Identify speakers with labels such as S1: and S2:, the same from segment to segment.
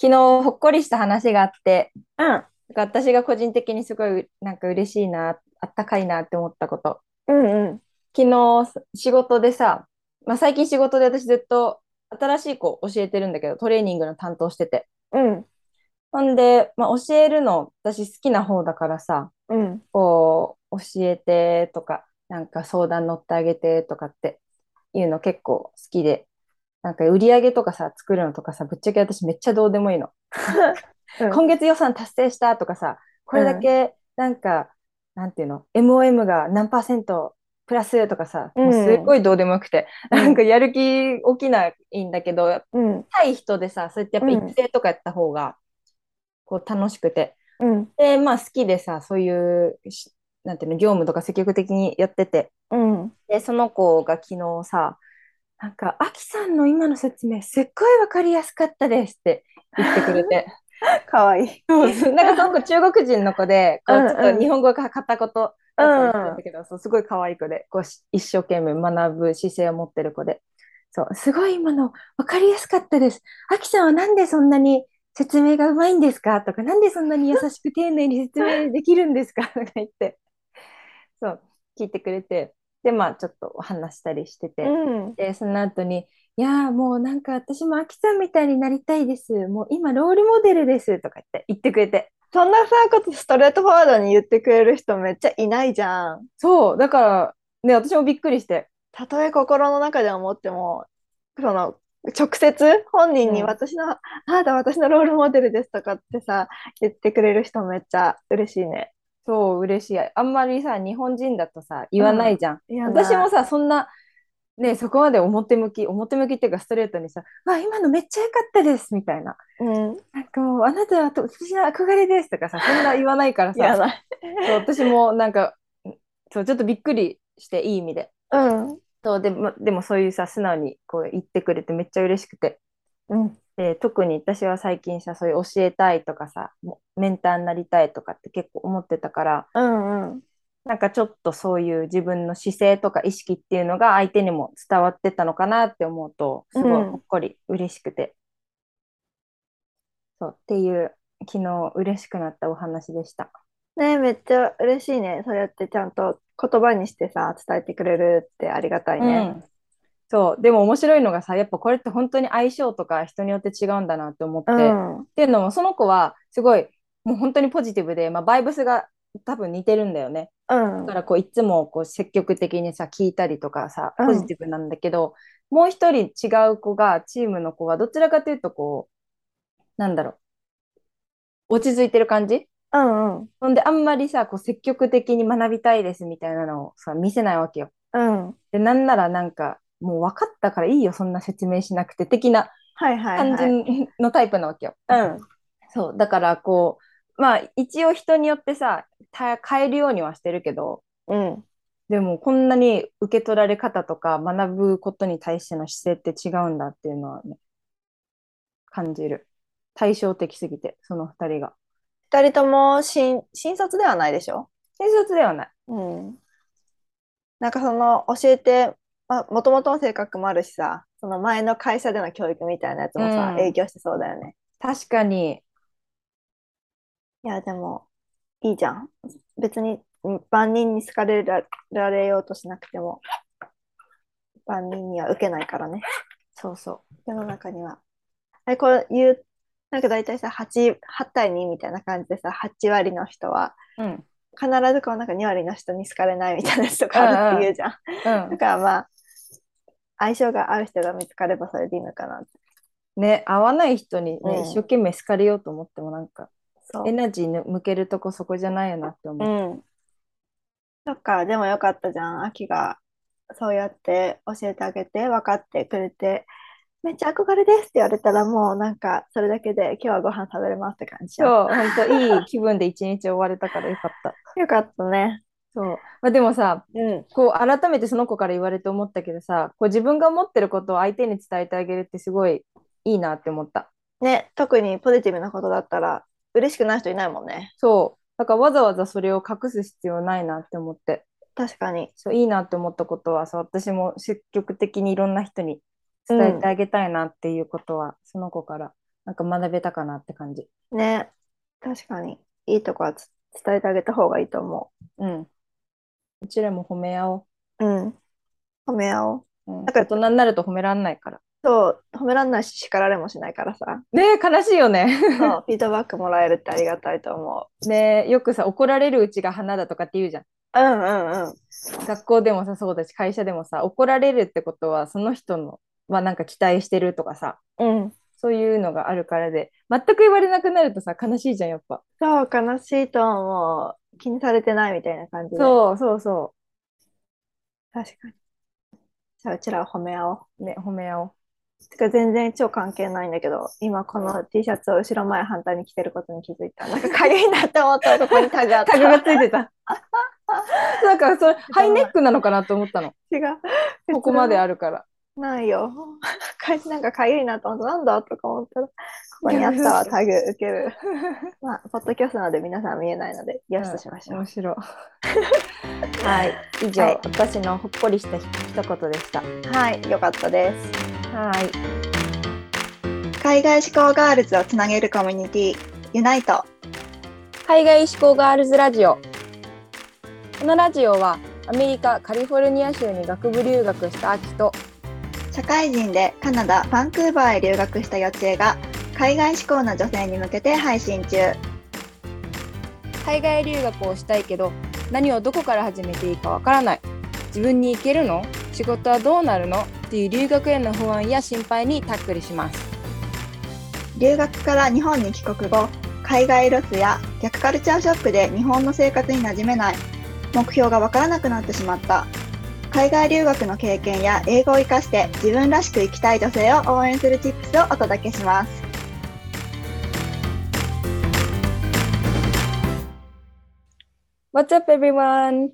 S1: 昨日ほっこりした話があって、
S2: うん。
S1: なんか私が個人的にすごいなんか嬉しいな、あったかいなって思ったこと。
S2: うんうん。
S1: 昨日仕事でさ、まあ、最近仕事で私ずっと新しい子教えてるんだけど、トレーニングの担当してて。
S2: うん。
S1: ほんで、まあ、教えるの私好きな方だからさ、
S2: うん。
S1: こう教えてとか、なんか相談乗ってあげてとかっていうの結構好きで、なんか売り上げとかさ、作るのとかさ、ぶっちゃけ私めっちゃどうでも いいの。今月予算達成したとかさ、これだけなんか、なんていうの、MOM が何パーセントプラスとかさ、
S2: うん
S1: もうすっごいどうでもよくて、
S2: うん
S1: なんかやる気起きないんだけど、
S2: うん。
S1: 対人でさ、そうやってやっぱ一定とかやった方が、こう楽しくて。
S2: うん。
S1: で、まあ好きでさ、そういうし、なんていうの、業務とか積極的にやってて、
S2: うん。
S1: で、その子が昨日さ、なんか、あきさんの今の説明、すっごいわかりやすかったですって言ってくれて、
S2: かわいい。
S1: そうそうなんかその子中国人の子で、こ
S2: うんう
S1: うんちょっと日本語が片言だったりするんだけど、そうすごい可愛い子で、こうし一生懸命学ぶ姿勢を持ってる子で、そう、すごい今の分かりやすかったです。あきさんはなんでそんなに説明がうまいんですかとか、なんでそんなに優しく丁寧に説明できるんですかとか言って、そう、聞いてくれて、で、まあちょっとお話したりしてて、
S2: うん。
S1: で、その後に、いやーもうなんか私もアキさんみたいになりたいです。もう今ロールモデルですとか言って言ってくれて。
S2: そんなさ、ことストレートフォワードに言ってくれる人めっちゃいないじゃん。
S1: そう、だからね、私もびっくりして。
S2: たとえ心の中で思っても、その、直接本人に
S1: うん
S2: 私の、あなた私のロールモデルですとかってさ、言ってくれる人めっちゃ嬉しいね。
S1: そう、嬉しい。あんまりさ、日本人だとさ、言わないじゃん。
S2: いやな
S1: 私もさ、そんな、ね、そこまで表向き、表向きっていうかストレートにさ、わ、今のめっちゃ良かったです、みたいな。
S2: うん。
S1: なんかもう、あなたはと私の憧れですとかさ、そんな言わないから
S2: や
S1: さ、
S2: ない。
S1: そう私もなんか、そう、ちょっとびっくりして、いい意味で。
S2: うん。
S1: そうでも、でもそういうさ、素直にこう言ってくれてめっちゃ嬉しくて。
S2: うん。
S1: で、特に私は最近さ、そういう教えたいとかさ、もメンターになりたいとかって結構思ってたから、
S2: うんうん。
S1: なんかちょっとそういう自分の姿勢とか意識っていうのが相手にも伝わってたのかなって思うと、すごい
S2: うん
S1: ほっこり嬉しくて。そう、っていう、昨日嬉しくなったお話でした。
S2: ねえ、めっちゃ嬉しいね。そうやってちゃんと言葉にしてさ、伝えてくれるってありがたいね。
S1: そう、でも面白いのがさ、やっぱこれって本当に相性とか人によって違うんだなって思って、
S2: うん。
S1: っていうのもその子はすごいもう本当にポジティブで、まあ、バイブスが多分似てるんだよね
S2: うん
S1: だからこういつもこう積極的にさ聞いたりとかさ
S2: うん
S1: ポジティブなんだけど、もう一人違う子がチームの子はどちらかというとこうなんだろう落ち着いてる感じ
S2: うんうん。
S1: ほんであんまりさこう積極的に学びたいですみたいなのをさ見せないわけよ
S2: うん。
S1: でなんならなんかもう分かったからいいよそんな説明しなくて的な
S2: はいはい
S1: 感
S2: はい。
S1: じのタイプなわけよ、
S2: うん。
S1: そう、だからこう、まあ一応人によってさ、た変えるようにはしてるけど、
S2: うん。
S1: でもこんなに受け取られ方とか学ぶことに対しての姿勢って違うんだっていうのはね、感じる。対照的すぎて、その二人が。
S2: 二人とも新、新卒ではないでしょ
S1: 新卒ではない。
S2: うん。なんかその教えて、まあ、もともとの性格もあるしさ、その前の会社での教育みたいなやつもさ、
S1: うん
S2: 影響してそうだよね。
S1: 確かに、
S2: いや、でも、いいじゃん。別に、うん万人に好かれら、られようとしなくても、万人には受けないからね。
S1: そうそ
S2: 世の中には。え、こういう、なんか大体さ、8、8対2みたいな感じでさ、8割の人は、
S1: う。うん。
S2: 必ずこうなんか2割の人に好かれないみたいな人があるって言うじゃん。
S1: う
S2: だからまあ、相性が合う人が見つかればそれでいいのかなって。
S1: ん。ね、合わない人にね、
S2: うん
S1: 一生懸命好かれようと思ってもなんか、
S2: そう。
S1: エナジーの向けるとこそこじゃないよなって思う。
S2: うん。そっか、でもよかったじゃん。秋がそうやって教えてあげて、分かってくれて、めっちゃ憧れですって言われたらもうなんかそれだけで今日はご飯食べれますって感じじゃん。
S1: そう、本当いい気分で一日終われたからよかった。
S2: よかったね。
S1: そう。まあ、でもさ、
S2: うん。
S1: こう改めてその子から言われて思ったけどさこう自分が思ってることを相手に伝えてあげるってすごいいいなって思った
S2: ね、特にポジティブなことだったら嬉しくない人いないもんね。
S1: そうだからわざわざそれを隠す必要ないなって思って
S2: 確かに。
S1: そういいなって思ったことはさ私も積極的にいろんな人に伝えてあげたいなっていうことはその子からなんか学べたかなって感じ。
S2: ね、確かに、いいとこはつ伝えてあげた方がいいと思
S1: うん。うちらも褒め合お
S2: う。うん。褒め合おう。
S1: う。うん、
S2: なんか
S1: 大人になると褒めらんないから。
S2: そう、褒めらんないし叱られもしないからさ。
S1: ねえ、悲しいよね。
S2: そう、 フィードバックもらえるってありがたいと思
S1: ねえ、よくさ、怒られるうちが花だとかって言うじゃん。
S2: う。うんうんうん。
S1: 学校でもさ、そうだし、会社でもさ、怒られるってことは、その人の、まあなんか期待してるとかさ、
S2: うん。
S1: そういうのがあるからで、全く言われなくなるとさ、悲しいじゃん、やっぱ。
S2: そう、悲しいと思う。気にされてないみたいな感じで。
S1: そうそうそ
S2: 確かに。じゃあ、うちらは褒め合おう。
S1: う。ね、褒め合おう。
S2: てか、全然超関係ないんだけど、今この T シャツを後ろ前反対に着てることに気づいた。なんかかゆいなって思ったら、ここにタグあった。
S1: タグがついて た。なんか、それ、ハイネックなのかなと思ったの。
S2: 違う。
S1: ここまであるから。
S2: ないよ。かなんかかゆいなと思って、なんだとか思ったら、ここにあったわ、タグ、受ける。まあ、ポッドキャストなので皆さん見えないので、よしとしましょう。
S1: 面白い。 はい、以上、
S2: はい
S1: 私のほっこりしたひ一言でした。
S2: はい、よかったです。
S1: はい。
S2: 海外志向ガールズをつなげるコミュニティユナイト
S1: 海外志向ガールズラジオこのラジオはアメリカカリフォルニア州に学部留学した秋と
S2: 社会人でカナダバンクーバーへ留学した予知が海外志向の女性に向けて配信中
S1: 海外留学をしたいけど何をどこから始めていいかわからない自分に行けるの仕事はどうなるのっていう留学への不安や心配にタックルします
S2: 留学から日本に帰国後海外ロスや逆カルチャーショックで日本の生活に馴染めない目標がわからなくなってしまった海外留学の経験や英語を活かして自分らしく生きたい女性を応援するチップスをお届けします
S1: What's up everyone?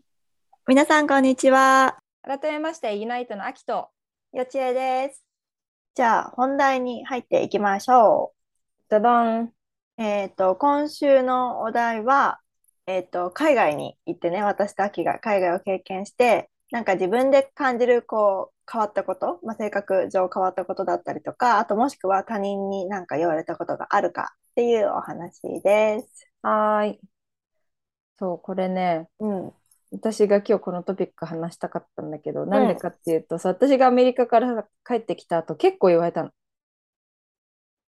S2: 皆さんこんにちは
S1: 改めましてユナイトの秋と
S2: よちえです。じゃあ本題に入っていきましょ
S1: ダダン
S2: う。えっと、今週のお題は、えっと、海外に行ってね、私と秋が海外を経験して、なんか自分で感じるこう変わったこと、まあ、性格上変わったことだったりとか、あともしくは他人になんか言われたことがあるかっていうお話です。
S1: はーいそうこれね
S2: うん。
S1: 私が今日このトピック話したかったんだけど、なんでかっていうとさ、私がアメリカから帰ってきた後、結構言われたの。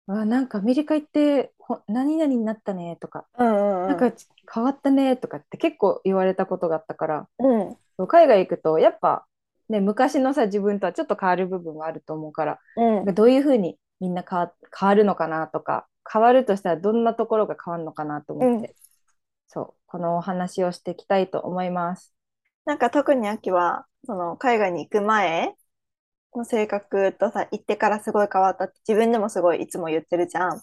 S1: あ、なんかアメリカ行ってほ何々になったねとか、
S2: うん
S1: なんか変わったねとかって結構言われたことがあったから、
S2: うん。
S1: 海外行くとやっぱ、ね、昔のさ自分とはちょっと変わる部分はあると思うから、
S2: うん
S1: なんか。どういうふうにみんな変わ、変わるのかなとか、変わるとしたらどんなところが変わるのかなと思って、そう、このお話をしていきたいと思います。
S2: なんか特に秋は、その海外に行く前の性格とさ、行ってからすごい変わったって自分でもすごいいつも言ってるじゃん。
S1: うん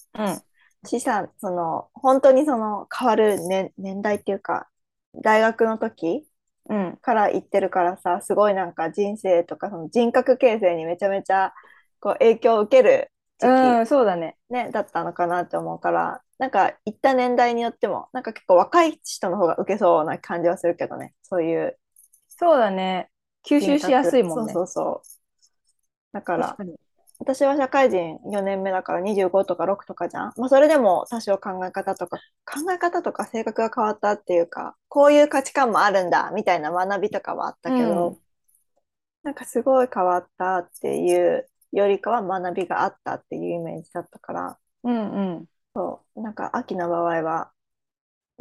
S2: しさ、その本当にその変わる年、年代っていうか、大学の時
S1: うん
S2: から行ってるからさ、すごいなんか人生とかその人格形成にめちゃめちゃこう影響を受ける時
S1: う
S2: 期、
S1: ん、そうだね。
S2: ね、だったのかなって思うから、なんか行った年代によっても、なんか結構若い人の方が受けそうな感じはするけどね、そういう。
S1: そうだね。吸収しやすいもんね。
S2: そうそうそう。だから
S1: 確、かに
S2: 私は社会人4年目だから25とか6とかじゃん。まあ、それでも多少考え方とか、考え方とか性格が変わったっていうか、こういう価値観もあるんだみたいな学びとかはあったけど、
S1: うん
S2: なんかすごい変わったっていうよりかは学びがあったっていうイメージだったから、
S1: うんうん。
S2: そう、なんか秋の場合は、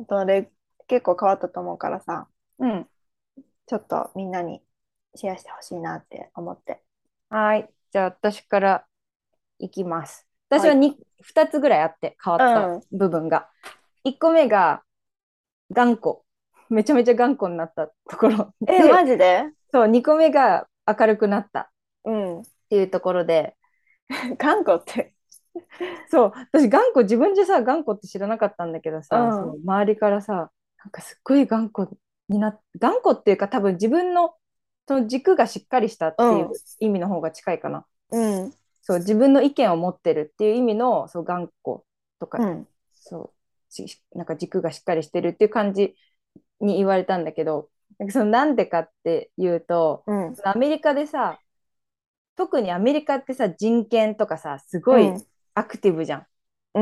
S2: どれ結構変わったと思うからさ、
S1: うん。
S2: ちょっとみんなにシェアしてほしいなって思って。
S1: はい。じゃあ私からいきます。私は
S2: はい
S1: 2, 2つぐらいあって変わった部分が。1個目が頑固。めちゃめちゃ頑固になったところ。
S2: え、
S1: で
S2: マジで
S1: そう、2個目が明るくなったっ
S2: うん。
S1: ていうところで、
S2: 頑固って。
S1: そう、私頑固、自分じゃさ、頑固って知らなかったんだけどさ、
S2: うん
S1: その周りからさ、なんかすっごい頑固になっ、頑固っていうか多分自分のその軸がしっかりしたっていう
S2: うん
S1: 意味の方が近いかな。
S2: うん。
S1: そう、自分の意見を持ってるっていう意味の、そう、頑固とか、
S2: うん。
S1: そう、しなんか軸がしっかりしてるっていう感じに言われたんだけど、なんかそのなんでかっていうと、
S2: うん。
S1: アメリカでさ、特にアメリカってさ、人権とかさ、すごいアクティブじゃん。
S2: う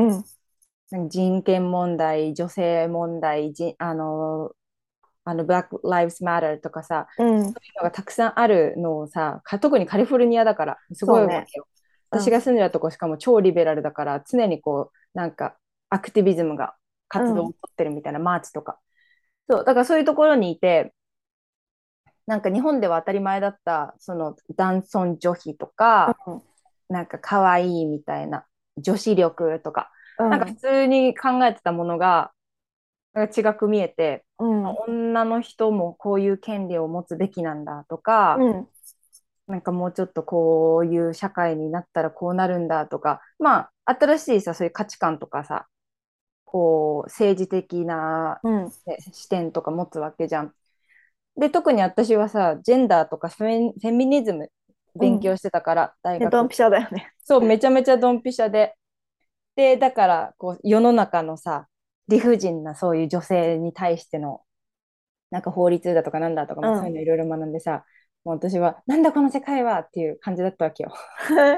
S2: ん。
S1: 人権問題、女性問題、人あの、あの、Black Lives Matter とかさ、
S2: うん。
S1: そういうのがたくさんあるのをさ、か特にカリフォルニアだから、すごい
S2: そ
S1: わ
S2: うね
S1: けよ。私が住んでるとこ、しかも超リベラルだから、常にこう、なんか、アクティビズムが活動を取ってるみたいな、マーチとか。そう、だからそういうところにいて、なんか日本では当たり前だった、その男尊女卑とか、なんか可愛いみたいな、女子力とか、
S2: うん。
S1: なんか普通に考えてたものが、なんか違く見えて、
S2: うん。
S1: 女の人もこういう権利を持つべきなんだとか、
S2: うん。
S1: なんかもうちょっとこういう社会になったらこうなるんだとか、まあ、新しいさ、そういう価値観とかさ、こう、政治的な
S2: うん。
S1: ね視点とか持つわけじゃん。で、特に私はさ、ジェンダーとかフェミフェミニズム勉強してたから、大
S2: ね
S1: 学
S2: ドンピシャだよね。
S1: そう、めちゃめちゃドンピシャで。で、だから、こう、世の中のさ、理不尽なそういう女性に対しての、なんか法律だとかなんだとか、まあ
S2: うん
S1: そういうのいろいろ学んでさ、もう私は、なんだこの世界はっていう感じだったわけよ。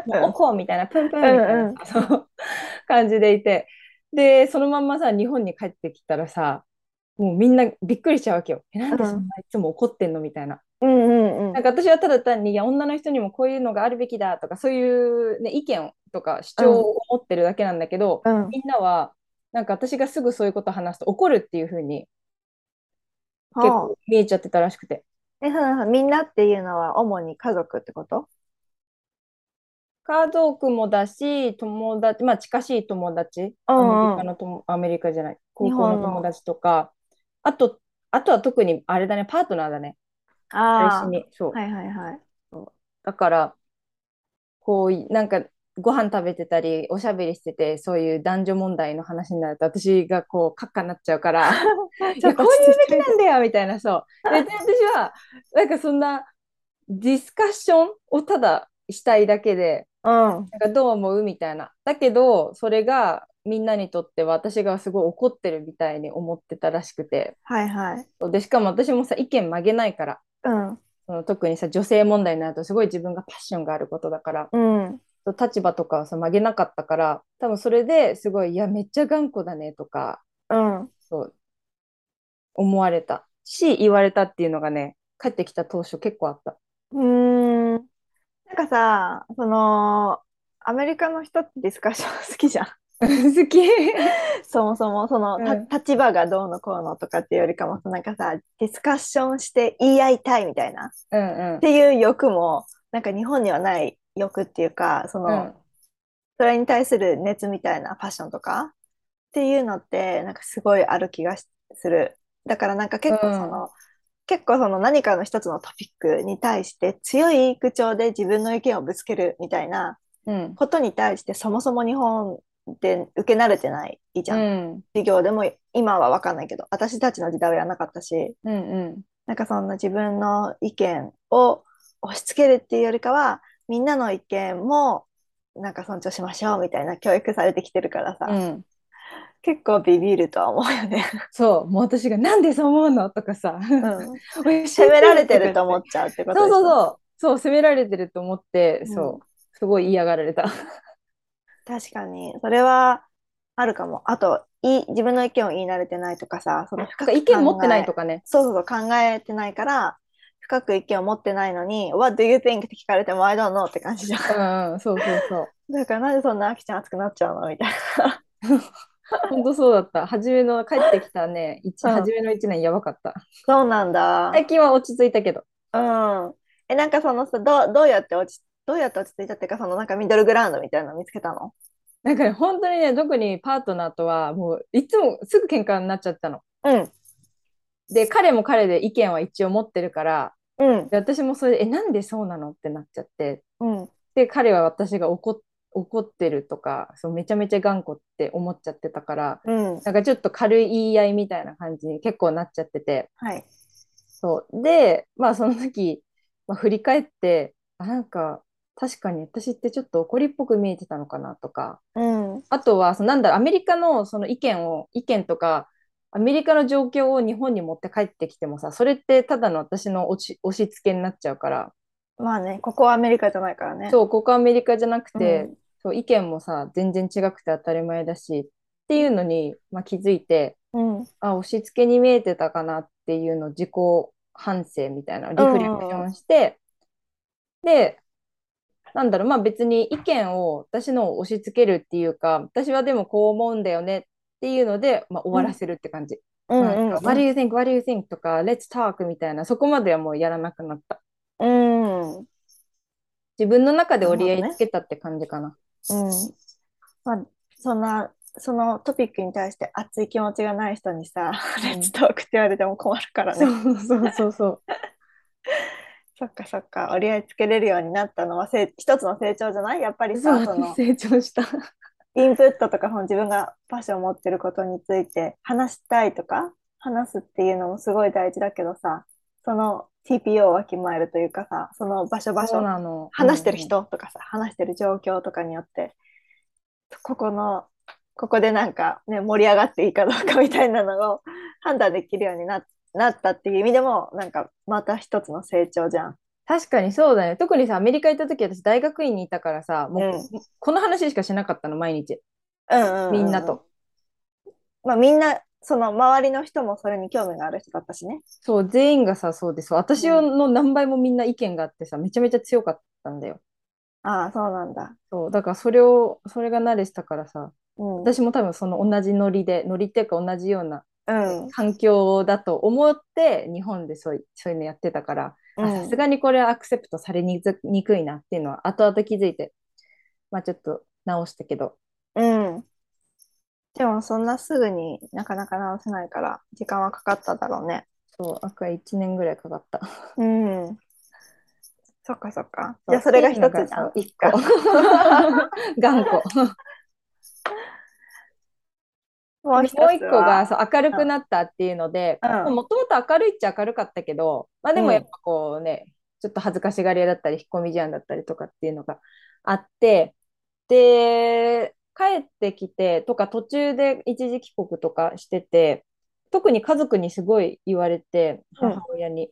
S1: もうおこうみたいな、プンプンみたいな、
S2: うんうん
S1: そう感じでいて。で、そのまんまさ、日本に帰ってきたらさ、もうみんなびっくりしちゃうわけよ。え、なんでそんないつも怒ってんのみたいな。
S2: うんうんうん
S1: なん。か私はただ単にいや女の人にもこういうのがあるべきだとかそういう、ね、意見とか主張を持ってるだけなんだけど、
S2: うん。
S1: みんなはなんか私がすぐそういうこと話すと怒るっていう風に結
S2: はあ
S1: 構見えちゃってたらしくて
S2: え、そうそうみんなっていうのは主に家族ってこと
S1: 家族もだし友達まあ近しい友達
S2: う
S1: ア
S2: んうん
S1: メリカの友アメリカじゃない高
S2: 日本
S1: 校
S2: の
S1: の友達とかあとあとは特にあれだねパートナーだね彼
S2: あ
S1: 氏にそう
S2: あ。はいはいはい。
S1: だから、こうい、なんか、ご飯食べてたり、おしゃべりしてて、そういう男女問題の話になると、私がこう、カッカになっちゃう から、いや、こういうべきなんだよ、みたいな、そう。で、で私は、なんかそんな、ディスカッションをただしたいだけで、
S2: うん。
S1: なんかどう思うみたいな。だけど、それが、みんなにとっては私がすごい怒ってるみたいに思ってたらしくて。
S2: はいはい。
S1: で、しかも私もさ、意見曲げないから、
S2: うん。
S1: その特にさ、女性問題になると、すごい自分がパッションがあることだから、
S2: うん。
S1: 立場とかをさ曲げなかったから多分それですごい「いやめっちゃ頑固だね」とか
S2: うん。
S1: そう思われたし言われたっていうのがね帰ってきた当初結構あった。
S2: うーん。なんかさ、その、アメリカの人ってディスカッション好きじゃん。
S1: 好き
S2: そもそも、その、た
S1: うん
S2: 立場がどうのこうのとかっていうよりかも、なんかさ、ディスカッションして言い合いたいみたいな、っ
S1: うんうん
S2: ていう欲も、なんか日本にはない欲っていうか、その、
S1: うん
S2: それに対する熱みたいなパッションとかっていうのってなんかすごいある気がしする。だからなんか結構その、結構その何かの一つのトピックに対して強い口調で自分の意見をぶつけるみたいな
S1: うん
S2: ことに対してそもそも日本で受け慣れてないじゃん。
S1: うん
S2: 授業でも今は分かんないけど私たちの時代はやらなかったし
S1: うんうん
S2: なんかそんな自分の意見を押し付けるっていうよりかは、みんなの意見もなんか尊重しましょうみたいな教育されてきてるからさ、
S1: うん
S2: 結構ビビるとは思うよね。
S1: そうもう私が「なんでそう思うの?」とかさ
S2: うん、
S1: 「 責
S2: 責められてると思っちゃうってことでし
S1: そ
S2: ょ
S1: うそうそうそう責められてると思って、
S2: うん
S1: そうすごい嫌がられた。
S2: 確かに、それはあるかも。あと、い自分の意見を言い慣れてないとかさ、その
S1: な
S2: 深
S1: んか
S2: く
S1: 意見持ってないと
S2: か。
S1: かね。
S2: そうそうそう、考えてないから、深く意見を持ってないのに、What do you think? って聞かれても、I don't know って感じじゃん。
S1: うんうんそうそうそう。
S2: だからなんでそんなあきちゃん熱くなっちゃうのみたいな。
S1: 本当そうだった。初めの帰ってきたね、一
S2: うん
S1: 初めの1年やばかった。
S2: そうなんだ。
S1: 最近は落ち着いたけど。
S2: うん。え、なんかそのさ、どう、どうやって落ち、どうやって落ち着いたっていうか、そのなんかミドルグラウンドみたいなの見つけたの
S1: なんかね、本当にね、特にパートナーとは、もういつもすぐ喧嘩になっちゃったの。
S2: うん。
S1: で、彼も彼で意見は一応持ってるから、
S2: うん。
S1: で私もそれで、え、なんでそうなのってなっちゃって、
S2: うん。
S1: で、彼は私が怒っ怒ってるとかそう、めちゃめちゃ頑固って思っちゃってたから、
S2: うん。
S1: なんかちょっと軽い言い合いみたいな感じに結構なっちゃってて。
S2: はい。
S1: そう。で、まあその時、まあ、振り返って、あ、なんか確かに私ってちょっと怒りっぽく見えてたのかなとか、
S2: うん。
S1: あとはそのなんだろう、アメリカのその意見を、意見とか、アメリカの状況を日本に持って帰ってきてもさ、それってただの私の押し、押し付けになっちゃうから、
S2: まあね、ここはアメリカじゃないからね。
S1: そう、ここアメリカじゃなく
S2: う
S1: て、
S2: ん
S1: そう意見もさ全然違くて当たり前だしっていうのに、まあ、気づいて
S2: うん。
S1: あ押し付けに見えてたかなっていうのを自己反省みたいなリフレクションして、でなんだろうまあ別に意見を私のを押し付けるっていうか私はでもこう思うんだよねっていうので、まあ、終わらせるって感じ。
S2: うん
S1: まあ
S2: うん
S1: なんか What do you think? What do you think? とか Let's talk みたいなそこまではもうやらなくなった。
S2: うん。うん。
S1: 自分の中で折り合いつけたって感じかな。
S2: まあ、そんな、そのトピックに対して熱い気持ちがない人にさ、レッツトークって言われても困るからね。
S1: そうそう そうそう。
S2: そっかそっか、折り合いつけれるようになったのはせ一つの成長じゃないやっぱりさ、そ
S1: そう
S2: の
S1: 成長した。
S2: インプットとかその自分がパッションを持ってることについて話したいとか、話すっていうのもすごい大事だけどさ、その TPO をわきまえるというかさ、その場所場
S1: そう
S2: 所、
S1: なの。
S2: 話してる人とかさ、話してる状況とかによって、ここの、ここでなんかね、盛り上がっていいかどうかみたいなのを判断できるようにななったっていう意味でも、なんかまた一つの成長じゃん。
S1: 確かにそうだね。特にさ、アメリカ行った時私大学院にいたからさ、もう
S2: うん
S1: この話しかしなかったの、毎日。
S2: うん
S1: みんなと。。
S2: まあみんな、その周りの人もそれに興味がある人だったしね。
S1: そう、全員がさ、そうです。私の何倍もみんな意見があってさ、めちゃめちゃ強かったんだよ。
S2: ああ、そうなんだ。
S1: そう、だからそれを、それが慣れしたからさ、
S2: うん。
S1: 私も多分その同じノリで、ノリっていうか同じような
S2: うん。
S1: 環境だと思って、日本でそういそういうのやってたから、あ
S2: うん
S1: さすがにこれはアクセプトされにずにくいなっていうのは後々気づいて、まあちょっと直したけど、
S2: うん。でもそんなすぐになかなか直せないから、時間はかかっただろうね。
S1: そう、アクア1年ぐらいかかった。
S2: うん。そっかそっか。
S1: う
S2: じゃあそれが一つじゃん。
S1: っていうのがそう 一個。頑固。
S2: もう一つ
S1: もう一個が
S2: は。
S1: そう明るくなったっていうので、
S2: うん
S1: もともと明るいっちゃ明るかったけど、まあでもやっぱこうね、ちょっと恥ずかしがり屋だったり、引っ込み思案だったりとかっていうのがあって、で、帰ってきてとか途中で一時帰国とかしてて、特に家族にすごい言われて、
S2: うん
S1: 母親に、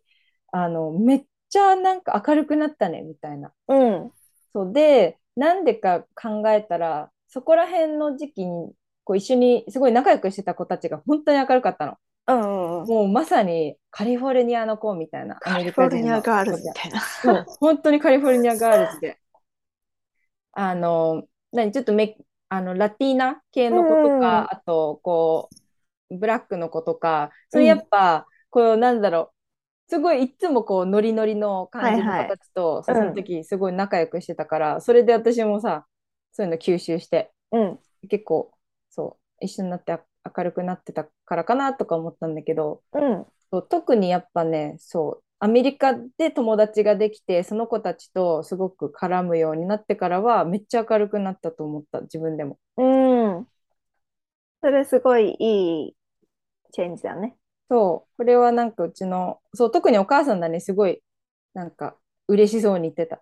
S1: あの、めっちゃなんか明るくなったね、みたいな。
S2: うん。
S1: そうで、なんでか考えたら、そこら辺の時期にこう一緒にすごい仲良くしてた子たちが本当に明るかったの。
S2: うんうん。
S1: もうまさにカリフォルニアの子みたいな。
S2: カリフォルニアガールズみ
S1: で。
S2: たいな。
S1: そう 本当にカリフォルニアガールズで。あの、何、ちょっとメあのラティーナ系の子
S2: う
S1: と
S2: ん
S1: か、あと、こう、ブラックの子とか、それやっぱ、こう、なんだろう、すごいいつもこうノリノリの感じの
S2: はいはい
S1: 子たちと、
S2: うん
S1: その時すごい仲良くしてたから、それで私もさ、そういうの吸収して、
S2: うん。
S1: 結構、そう、一緒になって明るくなってたからかなとか思ったんだけど、
S2: うん。
S1: そう特にやっぱねそうアメリカで友達ができてその子たちとすごく絡むようになってからはめっちゃ明るくなったと思った自分でも
S2: うん。それすごいいいチェンジだね。
S1: そうこれはなんかうちのそう特にお母さんだねすごいなんか嬉しそうに言ってた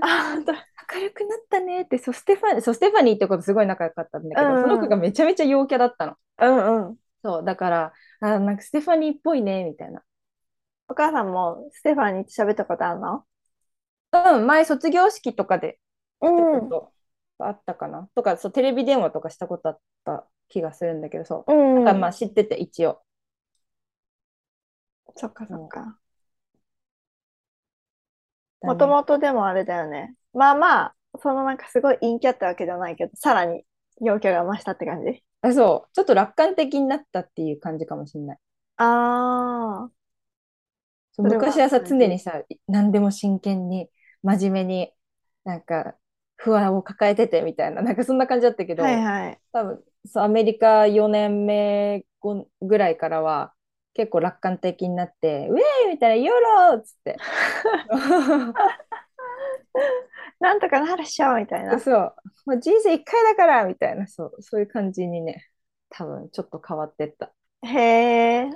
S2: あ、本当。
S1: 明るくなったねってそうステファニーそうステファニーってことすごい仲良かったんだけど、
S2: うんうん
S1: その子がめちゃめちゃ陽キャだったの
S2: うんうん。
S1: そうだからあなんかステファニーっぽいねみたいな
S2: お母さんもステファニーと喋ったことあるの
S1: うん前卒業式とかでちょっ
S2: う
S1: とあったかな、とかそうテレビ電話とかしたことあった気がするんだけどそ
S2: ん。
S1: う、
S2: うん。
S1: なんかまあ知ってて一応
S2: そっかそっか。
S1: だ
S2: も
S1: ね
S2: ともとでもあれだよね。まあまあ、そのなんかすごい陰キャってわけじゃないけど、さらに陽キャが増したって感じ。
S1: あそうちょっと楽観的になったっていう感じかもしれない
S2: ああ、
S1: そう
S2: それは
S1: 昔はさ
S2: はい
S1: 常にさ何でも真剣に真面目になんか不安を抱えててみたいななんかそんな感じだったけど、
S2: はいはい。
S1: 多分そうアメリカ4年目ごぐらいからは結構楽観的になって「ウェイ!」みたいな「ヨロ!」っつって
S2: なんとかなるっしょみたいな。
S1: そう、まあ、人生一回だからみたいなそう、そういう感じにね多分ちょっと変わってった
S2: へえ。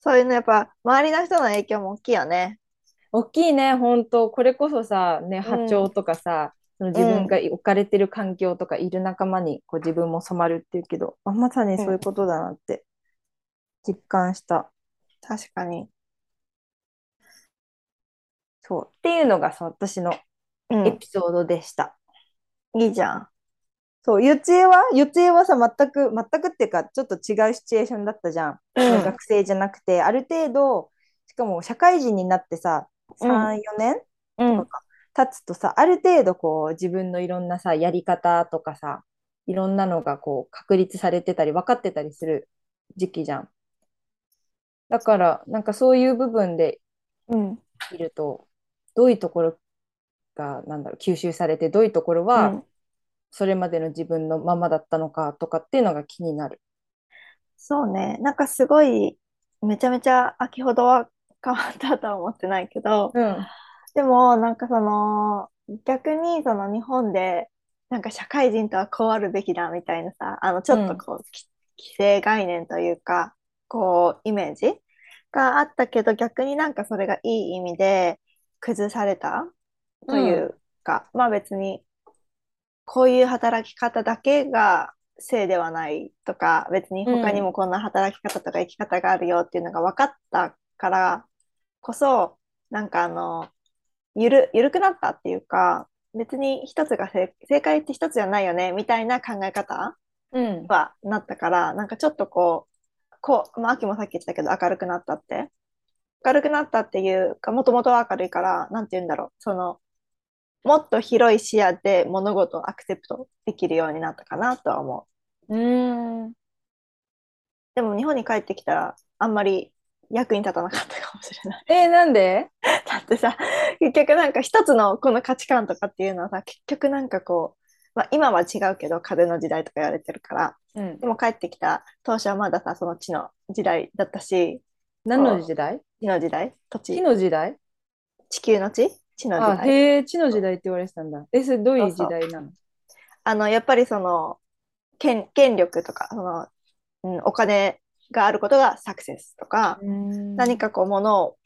S2: そういうのやっぱ周りの人の影響も大きいよね。
S1: 大きいね本当これこそさ、ね、波長とかさ、その自分が置かれてる環境とかいる仲間にこう自分も染まるっていうけど、あまさにそういうことだなって実感した、
S2: 確かに。
S1: そうっていうのがさ私の
S2: うん
S1: エピソードでした、
S2: いいじゃん。
S1: そう、ゆつえは、ゆつえはさ、全く、全くっていうか、ちょっと違うシチュエーションだったじゃん。
S2: うん
S1: 学生じゃなくて、ある程度、しかも社会人になってさ、3、
S2: うん
S1: 4年
S2: うん。
S1: 経つとさ、ある程度こう、自分のいろんなさ、やり方とかさ、いろんなのがこう、確立されてたり、分かってたりする時期じゃん。だから、なんかそういう部分で
S2: うん。
S1: いると、どういうところが、なんだろう、吸収されて、どういうところは、
S2: うん
S1: それまでの自分のままだったのかとかっていうのが気になる。
S2: そうね。なんかすごい、めちゃめちゃ秋ほどは変わったとは思ってないけど、
S1: うん。
S2: でも、なんかその、逆にその日本で、なんか社会人とはこうあるべきだみたいなさ、あの、ちょっとこう、き既成概念というか、こう、イメージがあったけど、逆になんかそれがいい意味で崩されたというか、まあ別に、こういう働き方だけがせいではないとか、別に他にもこんな働き方とか生き方があるよっていうのが分かったからこそ、なんかあの、ゆる、ゆるくなったっていうか、別に一つが正、正解って一つじゃないよね、みたいな考え方
S1: うん。
S2: はなったから、なんかちょっとこう、こう、まあ、秋もさっき言ってたけど、明るくなったって。明るくなったっていうか、もともとは明るいから、なんて言うんだろう、その、もっと広い視野で物事をアクセプトできるようになったかなとは思う。
S1: うん。
S2: でも日本に帰ってきたら、あんまり役に立たなかったかもしれない。
S1: えーなんで
S2: だってさ、結局なんか一つのこの価値観とかっていうのはさ、結局なんかこう、まあ、今は違うけど風の時代とか言われてるから、
S1: うん
S2: で。も帰ってきた当初はまださ、その地の時代だったし、
S1: 何の時代
S2: 地の時代、土
S1: 地
S2: 地、
S1: の時代
S2: 地球の地、地の
S1: あ、
S2: 時代。
S1: へえ、地の時代って言われてたんだ。え、それどういう時代なの
S2: あの、やっぱりその、権、権力とか、その、うん、お金があることがサクセスとか、何
S1: か。
S2: かこう物を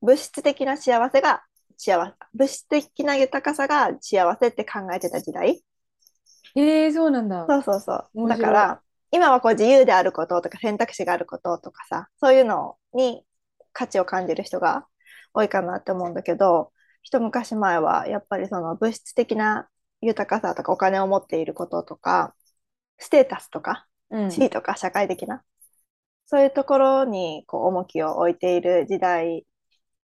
S2: 物質的な幸せが幸せ物質的な豊かさが幸せって考えてた時代
S1: へえ、そうなんだ。
S2: そうそうそう
S1: 面
S2: だ
S1: 白い
S2: から今はこう自由であることとか選択肢があることとかさそういうのに価値を感じる人が多いかなって思うんだけど一昔前はやっぱりその物質的な豊かさとかお金を持っていることとかステータスとか
S1: うん
S2: 地位とか社会的な、そういうところにこう重きを置いている時代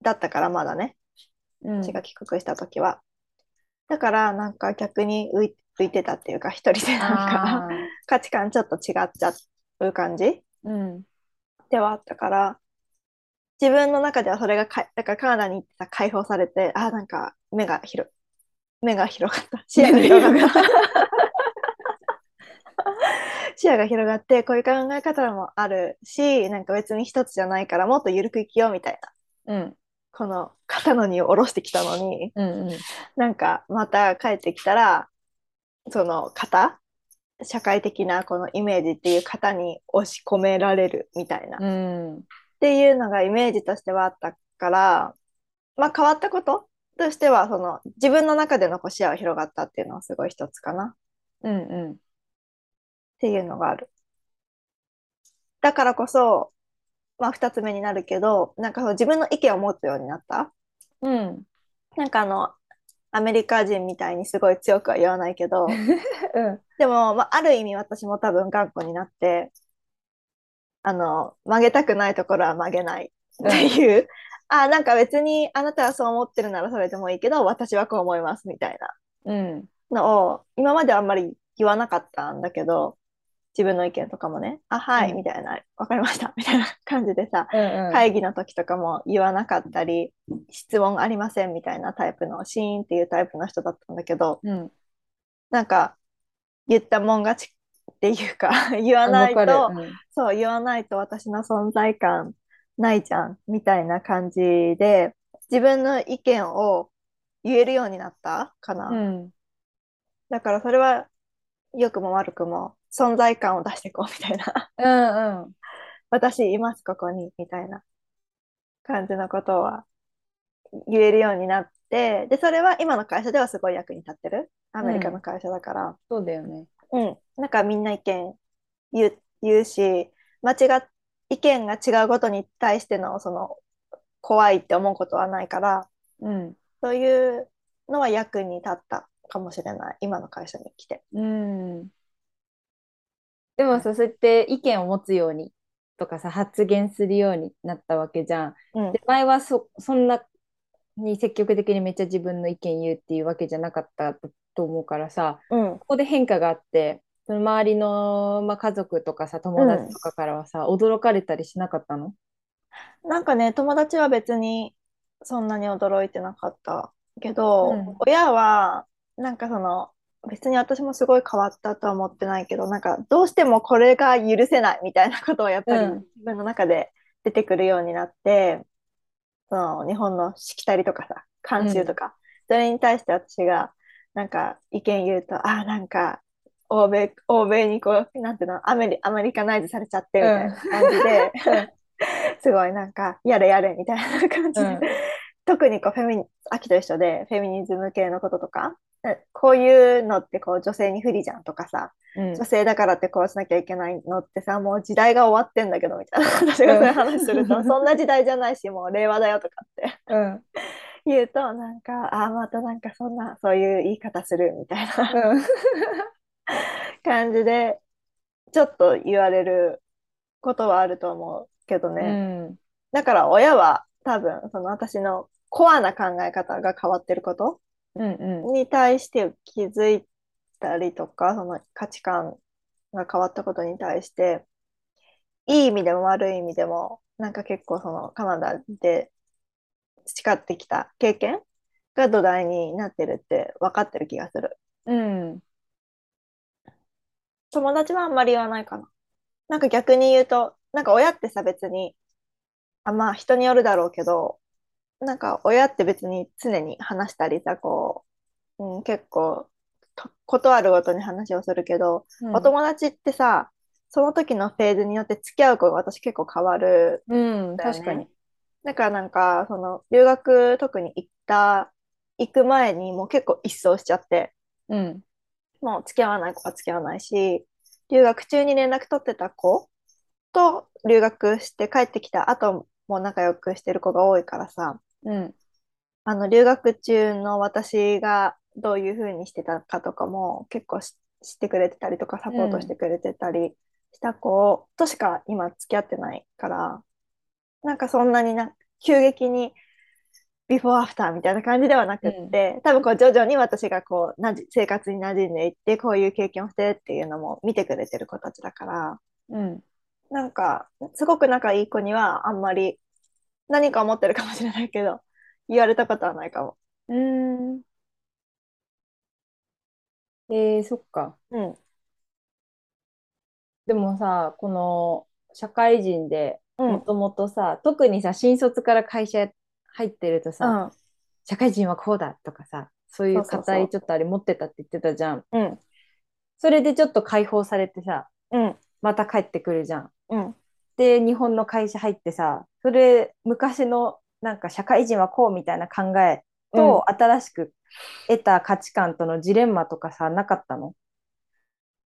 S2: だったからまだね
S1: うん
S2: 私が帰国した時は、だからなんか逆に浮い浮いてたっていうか一人でなんか
S1: あ
S2: 価値観ちょっと違っちゃう感じ
S1: ーうん。
S2: ではあったから自分の中ではそれがかだからカナダに行ってさ解放されてあーなんか目が広い目が広がった視野が広がった 視野が広がってこういう考え方もあるしなんか別に一つじゃないからもっと緩く生きようみたいな
S1: うん。
S2: この肩の荷を下ろしてきたのに
S1: うん。うん。
S2: なんかまた帰ってきたらその型社会的なこのイメージっていう型に押し込められるみたいな
S1: うん。
S2: っていうのがイメージとしてはあったから、まあ、変わったこととしてはその自分の中でのこう視野が広がったっていうのはすごい一つかなっ
S1: うん。うん。
S2: ていうのがある。だからこそ、まあ、二つ目になるけどなんかその自分の意見を持つようになった。
S1: うん。
S2: なんかあのアメリカ人みたいにすごい強くは言わないけど
S1: うん。
S2: でも、まあ、ある意味私も多分頑固になってあの曲げたくないところは曲げないっていう、あなんか別にあなたはそう思ってるならそれでもいいけど私はこう思いますみたい
S1: うん。
S2: なのを今まではあんまり言わなかったんだけど自分の意見とかもねあはい、
S1: うん
S2: みたいなわかりました みたいな感じでさ
S1: うん。い。
S2: 会議の時とかも言わなかったり質問ありませんみたいなタイプのシーンっていうタイプの人だったんだけど
S1: うん。
S2: なんか言ったもん勝ちっていうか 言わな
S1: わ
S2: い
S1: かる。
S2: と
S1: うん
S2: そう、言わないと私の存在感ないじゃん、みたいな感じで、自分の意見を言えるようになったかな。
S1: うん。
S2: だからそれは、良くも悪くも存在感を出していこう、みたいな。
S1: う ん。うん。
S2: 私います、ここに、みたいな感じのことは言えるようになって、で、それは今の会社ではすごい役に立ってる。アメリカの会社だから。
S1: そうだよね。
S2: うん、なんかみんな意見言う、言うし、間違っ、意見が違うことに対しての、その、怖いって思うことはないから、
S1: うん。
S2: そういうのは役に立ったかもしれない。今の会社に来て。
S1: うん。でもさ、そうやって意見を持つようにとかさ、発言するようになったわけじゃん。
S2: うん
S1: で、前はそ、そんなに積極的にめっちゃ自分の意見言うっていうわけじゃなかったとと思うからさ、
S2: うん、
S1: ここで変化があって、その周りの、まあ、家族とかさ、友達とかからはさ、驚かれたりしなかったの
S2: なんかね、友達は別にそんなに驚いてなかったけど、
S1: うん
S2: 親はなんかその別に私もすごい変わったとは思ってないけど、なんかどうしてもこれが許せないみたいなことをやっぱり
S1: うん
S2: 自分の中で出てくるようになって、その日本のしきたりとかさ、慣習とか、それに対して私がなんか意見言うと、ああ、なんか欧米、欧米にこう、なんていうの、アメリ、アメリカナイズされちゃってみたいな感じで、すごいなんか、やれやれみたいな感じで、
S1: うん
S2: 特にこうフェミニ、秋と一緒で、フェミニズム系のこととか、えこういうのってこう女性に不利じゃんとかさ、
S1: うん
S2: 女性だからってこうしなきゃいけないのってさ、もう時代が終わってんだけどみたいな、 私がそういう話する
S1: う
S2: と、
S1: ん
S2: そんな時代じゃないし、もう令和だよとかって
S1: うん。
S2: 言うと、なんか、ああ、またなんかそんな、そういう言い方するみたいな。
S1: うん。
S2: 感じでちょっと言われることはあると思うけどね、
S1: うん。
S2: だから親は多分その私のコアな考え方が変わってること
S1: うんうん。
S2: に対して気づいたりとかその価値観が変わったことに対していい意味でも悪い意味でもなんか結構そのカナダで培ってきた経験が土台になってるって分かってる気がする。
S1: うん。
S2: 友達はあんまり言わないかな。なんか逆に言うと、なんか親ってさ別に、あ、まあ人によるだろうけど、なんか親って別に常に話したりさ、こう、うん、結構、とことあるごとに話をするけど、
S1: うん
S2: お友達ってさ、その時のフェーズによって付き合う子が私結構変わる。
S1: うん、
S2: だよね
S1: 確かに。
S2: だからなんか、その留学特に行った、行く前にもう結構一掃しちゃって、
S1: うん。
S2: もう付き合わない子は付き合わないし、留学中に連絡取ってた子と留学して帰ってきた後も仲良くしてる子が多いからさ、
S1: うん。
S2: あの留学中の私がどういう風にしてたかとかも結構し知ってくれてたりとかサポートしてくれてたりした子としか今付き合ってないから、なんかそんなにな急激にビフォーアフターみたいな感じではなくって、多分こう徐々に私がこうなじ生活に馴染んでいってこういう経験をしてっていうのも見てくれてる子たちだから、
S1: うん。
S2: なんか、すごく仲いい子には、あんまり、何か思ってるかもしれないけど、言われたことはないかも。
S1: うん。えー、そっか。
S2: うん。
S1: でもさ、この社会人で
S2: うん。う
S1: もともとさ、特にさ、新卒から会社入ってるとさ、
S2: ん。
S1: 社会人はこうだとかさ、そういう
S2: そうそうそう
S1: 固いちょっとあれ持ってたって言ってたじゃん。
S2: うん。
S1: それでちょっと解放されてさ、
S2: うん。
S1: また帰ってくるじゃん。
S2: うん。
S1: で、日本の会社入ってさ、それ、昔のなんか社会人はこうみたいな考えと新しく得た価値観とのジレンマとかさなかったの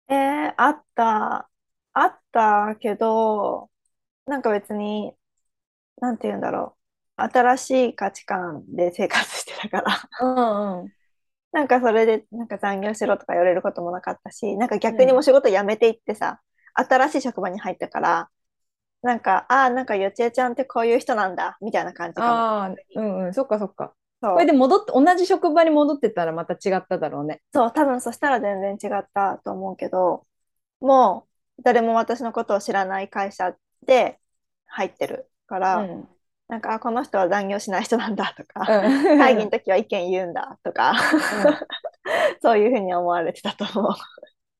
S2: えー、あった、あったけど、なんか別に、なんて言うんだろう。新しい価値観で生活してたから。
S1: うんうん
S2: なんかそれで、なんか残業しろとか言われることもなかったし、なんか逆にもう仕事辞めていってさ、新しい職場に入ったから、なんか、ああ、なんかよちえちゃんってこういう人なんだ、みたいな感じか
S1: ああうんうんそっかそっか
S2: も。
S1: こ
S2: そ
S1: れ
S2: う、
S1: で戻って同じ職場に戻ってたらまた違っただろうね
S2: そう、多分そしたら全然違ったと思うけど、もう誰も私のことを知らない会社で入ってるか
S1: う
S2: ら、
S1: ん
S2: なんか、あ、この人は残業しない人なんだとか、
S1: うん
S2: 会議の時は意見言うんだとか、 そういうふうに思われてたと思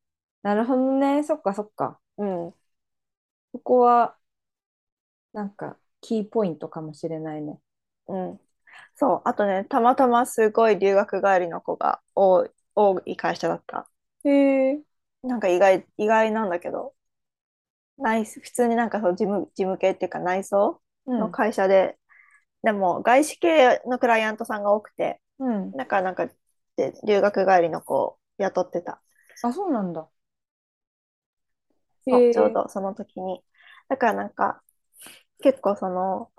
S1: なるほどねそっかそっか
S2: う。うん。
S1: ここはなんかキーポイントかもしれないね
S2: うん。そう。あとね、たまたますごい留学帰りの子が多い、多い会社だった。
S1: へえ
S2: なんか意外、意外なんだけど、内、普通になんかそう、事務、事務系っていうか内装の会社で、でも外資系のクライアントさんが多くて、
S1: うん
S2: なんか、なんか、で、留学帰りの子を雇ってた。
S1: あそうなんだ
S2: そう
S1: へえ
S2: ちょうどその時に。だからなんか、結構その、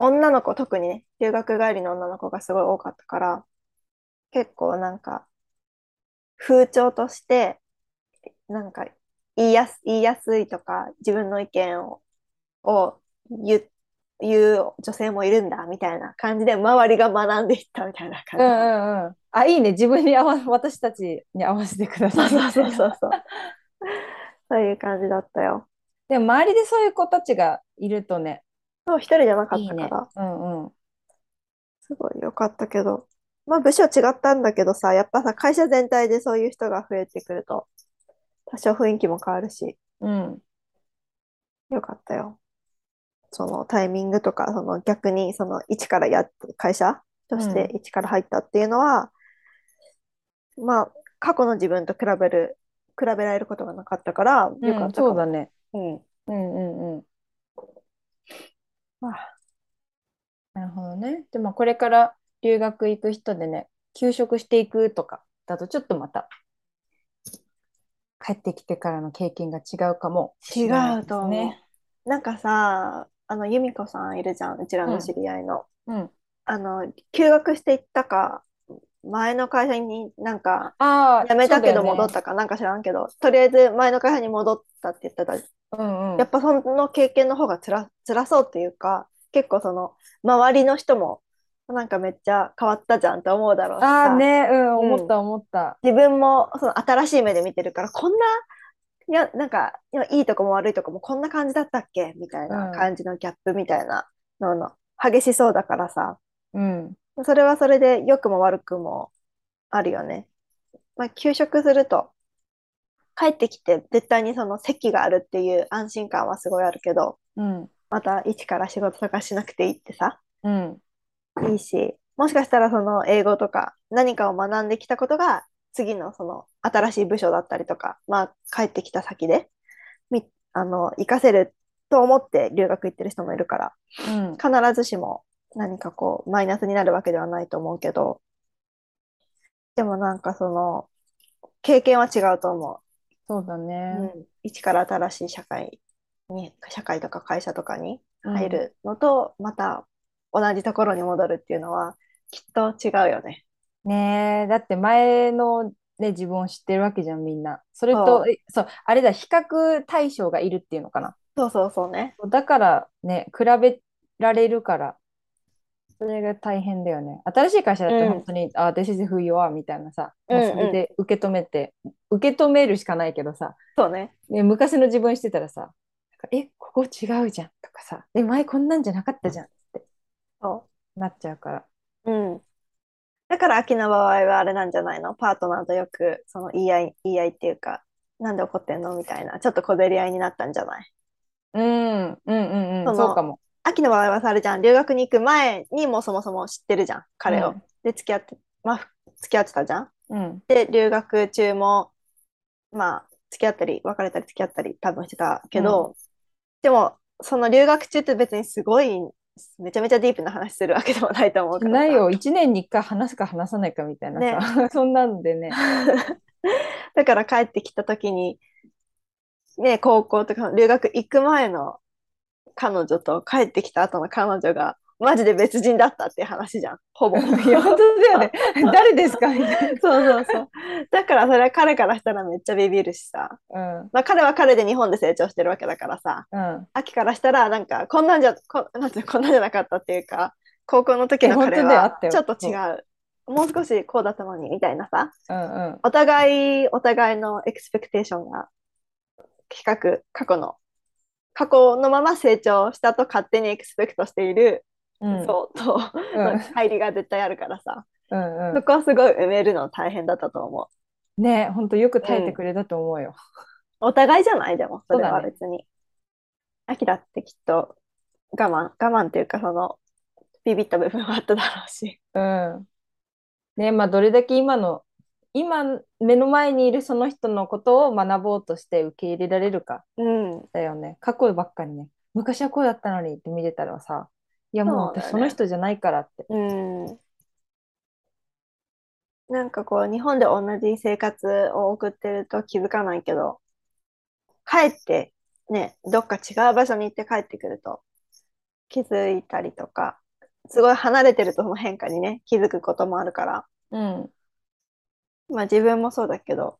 S2: 女の子、特にね、留学帰りの女の子がすごい多かったから、結構なんか、風潮として、なんか言いやす、言いやすいとか、自分の意見を、を言う、言う女性もいるんだ、みたいな感じで、周りが学んでいったみたい
S1: う
S2: な
S1: んう
S2: 感
S1: んうん。あ、いいね。自分に合わ、 私たちに合わせてくだ
S2: じ。そ
S1: さ
S2: う
S1: い。
S2: そうそうそうそう。そういう感じだったよ。
S1: でも周りでそういう子たちがいるとね、
S2: そう、一人じゃなか
S1: い
S2: っ
S1: い
S2: た
S1: ね
S2: から。。
S1: うんうん。
S2: すごい良かったけど、まあ部署違ったんだけどさ、やっぱさ、会社全体でそういう人が増えてくると、多少雰囲気も変わるし、
S1: うん。
S2: 良かったよ。そのタイミングとか、その逆にその一からやっ、会社として一から入ったっていうのは、まあ過去の自分と比べる、比べられることがなかったから、
S1: う
S2: 良かっ
S1: ん、
S2: た
S1: そ
S2: か
S1: う
S2: も。
S1: だね。
S2: うん。
S1: うんうんうん。
S2: あ
S1: なるほどね。でもこれから留学行く人でね、休職していくとかだとちょっとまた帰ってきてからの経験が違うかもし
S2: 違
S1: れないうです
S2: と思う。
S1: ね。
S2: なんかさ、あの、由美子さんいるじゃん、うちらの知り合いの。
S1: うん。
S2: あの、休学していったか、前の会社になんか、
S1: ああ、
S2: 辞めたけど
S1: そうだよね
S2: 戻ったか、なんか知らんけど、とりあえず前の会社に戻ったって言ってた。
S1: うんうん。
S2: やっぱその経験の方がつら、辛そうっていうか、結構その、周りの人も、なんかめっちゃ変わったじゃんって思うだろうし
S1: ああ
S2: さ、
S1: ね、うん、
S2: うん
S1: 思った思った。
S2: 自分もその新しい目で見てるから、こんな、いや、なんか、いやいいとこも悪いとこもこんな感じだったっけみたいな
S1: うん
S2: 感じのギャップみたいなのの、激しそうだからさ、
S1: うん。
S2: それはそれで良くも悪くもあるよね。まあ、休職すると、帰ってきて絶対にその席があるっていう安心感はすごいあるけど、
S1: うん。
S2: また一から仕事とかしなくていいってさ、
S1: うん。
S2: いいし、もしかしたらその英語とか何かを学んできたことが次のその新しい部署だったりとか、まあ帰ってきた先で、み、あの、活かせると思って留学行ってる人もいるから、
S1: うん。
S2: 必ずしも何かこうマイナスになるわけではないと思うけど、でもなんかその経験は違うと思
S1: そうだ
S2: う。
S1: ね。
S2: うん一から新しい社会に、社会とか会社とかに
S1: うん
S2: 入るのと、また同じところに戻るっていうのはきっと違うよね。
S1: ねえ、だって前のね、自分を知ってるわけじゃん、みんな。それ
S2: そ
S1: と、えそう、あれだ、比較対象がいるっていうのかな。
S2: そうそうそうね。
S1: だからね、比べられるから、それが大変だよね。新しい会社だ
S2: う
S1: と
S2: ん
S1: 本当に、あ、This is who you are みたいなさ、もう
S2: うんうん
S1: それで受け止めて、受け止めるしかないけどさ、
S2: そうね。
S1: ね、昔の自分してたらさ、なんかえ、ここ違うじゃんとかさ、え、前こんなんじゃなかったじゃんって
S2: そ
S1: なっちゃうから。
S2: う。うん。だから秋の場合はあれなんじゃないのパートナーとよくその言い合い、言い合いっていうか、なんで怒ってんのみたいな、ちょっと小競り合いになったんじゃない
S1: うん、うんうんう
S2: そ
S1: ん、
S2: の
S1: そうかも。
S2: 秋の場合はさ、あれじゃん、留学に行く前にもうそもそも知ってるじゃん、彼を。
S1: うん
S2: で、付き合って、まあ、ふ付き合ってたじゃん。
S1: うん、
S2: で、留学中も、まあ、付き合ったり、別れたり付き合ったり、多分してたけど、でも、その留学中って別にすごい、めちゃめちゃディープな話するわけでもないと思うからさ
S1: ない。よ、1年に1回話すか話さないかみたいなさ、 そんなんで ね。
S2: だから帰ってきた時に、ね、高校とか留学行く前の彼女と帰ってきた後の彼女が、マジで別人だったっていう話じゃん、ほぼ。
S1: いや、本当だ よね。誰ですかみたい
S2: そうそうそう。だからそれは彼からしたらめっちゃビビるしさ。
S1: な。うん、
S2: まあ彼は彼で日本で成長してるわけだからさ。
S1: うん。
S2: 秋からしたらなんかこんなんじゃ、こなん ていうのこんなんじゃなかったっていうか、高校の時の
S1: い
S2: 彼
S1: や本当だよあ
S2: は
S1: ったよ
S2: ちょっと違う。もう少しこうだったのにみたいなさ。
S1: うんうん
S2: お互い、お互いのエクスペクテーションが、比較、過去の、過去のまま成長したと勝手にエクスペクトしている、
S1: うん
S2: そうと、
S1: うん
S2: 入りが絶対あるからさ。
S1: うん
S2: そこはすごい埋めるの大変だったと思う。
S1: うんね本当よく耐えてくれたと思うよ。
S2: お互いじゃないでも、それは
S1: そうだね
S2: 別に。アキラってきっと我慢、我慢っていうか、その、ビビった部分はあっただろうし。
S1: うん。ねまあどれだけ今の今目の前にいるその人のことを学ぼうとして受け入れられるか
S2: うん。
S1: だよね。過去ばっかりね昔はこうだったのにって見てたらさいやもう
S2: そうだね
S1: 私その人じゃないからって。
S2: うん。なんかこう、日本で同じ生活を送ってると気づかないけど、帰って、ね、どっか違う場所に行って帰ってくると気づいたりとか、すごい離れてるとその変化にね、気づくこともあるから、
S1: うん
S2: まあ自分もそうだけど、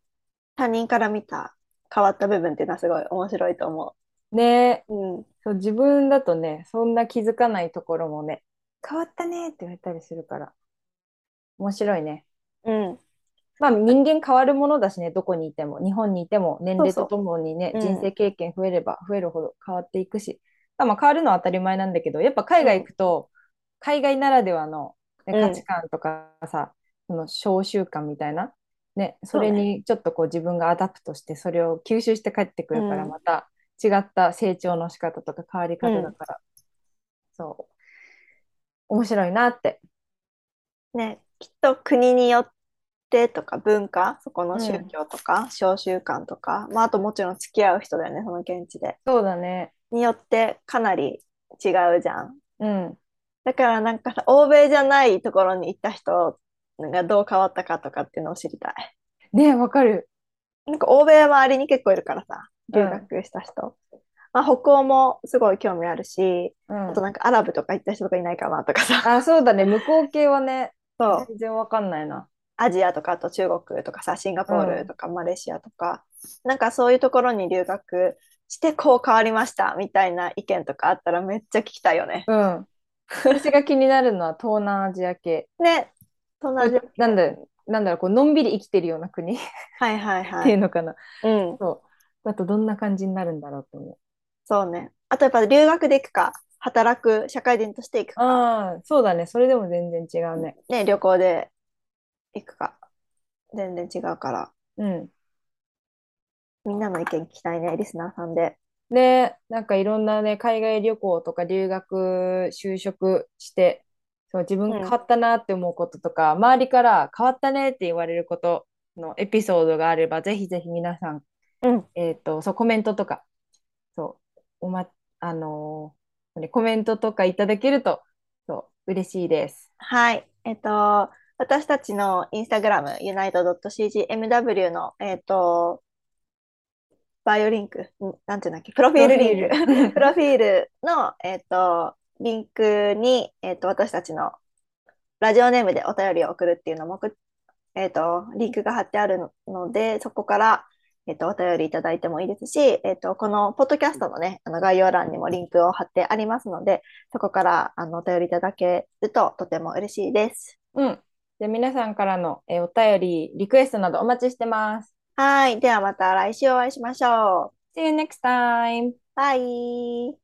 S2: 他人から見た変わった部分っていうのはすごい面白いと思
S1: ね
S2: う。うん。
S1: そう、自分だとね、そんな気づかないところもね、変わったねって言われたりするから、面白いね。
S2: うん。
S1: まあ人間変わるものだしね、どこにいても、日本にいても、年齢
S2: そう
S1: と
S2: そ
S1: ともにね、
S2: うん
S1: 人生経験増えれば増えるほど変わっていくし、まあ変わるのは当たり前なんだけど、やっぱ海外行くと、海外ならではの、ね、
S2: うん
S1: 価値観とかさ、その消習慣みたいな、ね、そ
S2: そうね
S1: れにちょっとこう自分がアダプトして、それを吸収して帰ってくるから、
S2: うん
S1: また違った成長の仕方とか変わり方だから、そう、面白いなって。
S2: ね、きっと国によってとか文化、そこ
S1: う
S2: の
S1: ん
S2: 宗教とか、小習慣とか、まああともちろん付き合う人だよね、その現地で。
S1: そうだね。
S2: によってかなり違うじゃん。
S1: うん。
S2: だからなんかさ、欧米じゃないところに行った人がどう変わったかとかっていうのを知りたい。
S1: ね、わかる。
S2: なんか欧米は周りに結構いるから
S1: う
S2: さ、
S1: ん
S2: 留学した人。まあ、北欧もすごい興味あるし、
S1: うん
S2: あとなんかアラブとか行った人とかいないかなと かさ、
S1: あ、そうだね。向こう系はね、
S2: そう、
S1: 全然わかんないな。
S2: アジアとかあと中国とかさ、シンガポールとかマレーシアとか、なんかそういうところに留学してこう変わりましたみたいな意見とかあったらめっちゃ聞きたいよね。
S1: うん。私が気になるのは東南アジア系。
S2: ね、そんなじゃ、
S1: なんだ、なんだろう、こうのんびり生きてるような国っ
S2: はいはい
S1: て
S2: は
S1: いう
S2: い。
S1: のかな。
S2: うん、
S1: そう。だとどんな感じになるんだろうと思
S2: そうね。あとやっぱ留学で行くか、働く、社会人として行く
S1: う。
S2: か、
S1: ああ、そうだね。それでも全然違うね。
S2: ね、旅行で行くか、全然違うから。
S1: うん。
S2: みんなの意見聞きたいね、リスナーさんで。
S1: ね、なんかいろんなね、海外旅行とか留学、就職して、そう、自分
S2: うん
S1: 変わったなって思うこととか、周りから変わったねって言われることのエピソードがあれば、ぜひぜひ皆さん
S2: うん。
S1: えっと、そう、コメントとか、そう、おま、あのーコメントとかいただけると、そう、嬉しいです。
S2: はい。えっと、私たちのインスタグラム、unite.cgmw の、えっと、バイオリンク、んなんていうんだっけ、プロフィールリンク。プロフィールの、えっと、リンクに、えっと、私たちのラジオネームでお便りを送るっていうのもく、えっと、リンクが貼ってあるので、そこから、えっと、お便りいただいてもいいですし、えっと、このポッドキャストのね、あの概要欄にもリンクを貼ってありますので、そこからあのお便りいただけるととても嬉しいです。
S1: うん。 じゃあ皆さんからの、えーお便り、リクエストなどお待ちしてます。
S2: はい。ではまた来週お会いしましょう。
S1: See you next time!
S2: バイ。